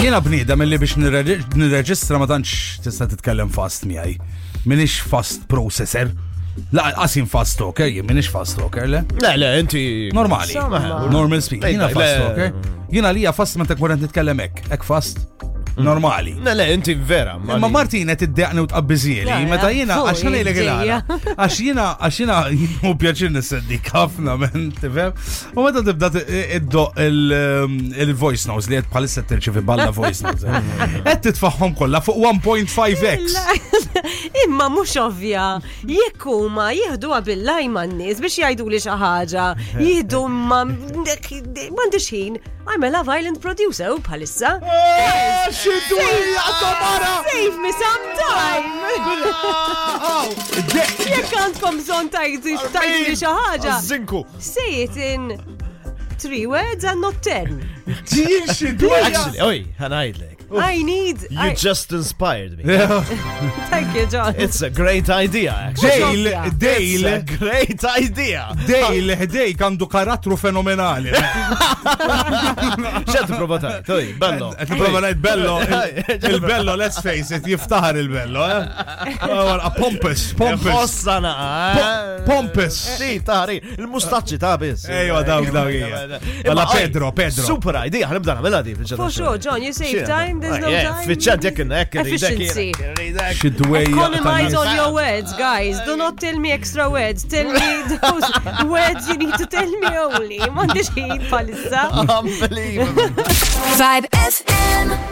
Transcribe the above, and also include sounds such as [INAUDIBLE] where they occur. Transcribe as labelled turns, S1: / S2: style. S1: Jiena bniedem illi biex nirreġistra ma tantx tista' titkellem fast miegħi. Minix fast processor. La, qasin fast talker, jien minix fast talker, le?
S2: Le, le, inti.
S1: Normali.
S2: Sama.
S1: Normal speak.
S2: Ej,
S1: Jiena
S2: daj,
S1: fast
S2: le.
S1: talker. Jiena lija fast meta kont nitkellem hekk, hekk fast. Normali.
S2: Le, le, inti vera.
S1: Ma
S3: [LAUGHS]
S1: Martina tiddeqni u tqabbiżieli,
S3: Ja, ja,
S1: meta jiena
S3: fuq,
S1: għax għalej
S3: ġejja.
S1: l Għax jiena għax jiena u pjaċir nisseddik ħafna men, tifhem? U meta tibda t- iddoq il- um, il-voice notes li qed bħalissa tirċivi balla voice notes. eh. Qed titfaħħom kollha fuq 1.5x.
S3: [LAUGHS] Imma mhux ovvja, jekk huma jieħdu billaj man-nies biex jgħidu li xi ħaġa, jieħdu ma m'għandix ħin, I'm a Love Island producer u bħalissa.
S2: Xidwija, tomara!
S3: Save me some time! Jekk għandkom bżonn tajdu tajdu li xi ħaġa,
S2: Zinku.
S3: say it in three words and not ten.
S2: Actually, oj, ħanajdlek.
S3: I need.
S2: You
S3: I,
S2: just inspired me.
S3: thank you, John.
S2: It's a great idea, actually.
S1: Dale,
S3: Xofja.
S2: It's a
S1: Dale,
S2: great idea.
S1: Dale, ħdejk għandu karattru fenomenali.
S2: ċet provataj, toj, bello.
S1: Qed nipprova ngħid bello, [LAUGHS] il-
S2: Ej.
S1: il-bello, let's face it, jiftaħar il-bello, eh? Ewwel, a Pompous, pompous.
S2: Fossana,
S1: Po- pompous.
S2: Si, eh? tari, il-mustaċċi ta' bis.
S1: Ejwa, dawk, dawk, hija. Mela, Pedro, Pedro.
S2: eh, Super idea, ħanibda nagħmilha di fil-ġenerazzjoni.
S3: For sure, John, you save time,
S2: eh, uh,
S3: there's no time.
S2: Fiċċat jekk hekk
S3: Efficiency. [LAUGHS]
S1: Xidwejja.
S3: Economize on your words, guys. Do not tell me extra words. Tell me [LAUGHS] those words you need to tell me only. Mandiġ ħin palissa.
S2: Unbelievable.
S4: Vibe FM.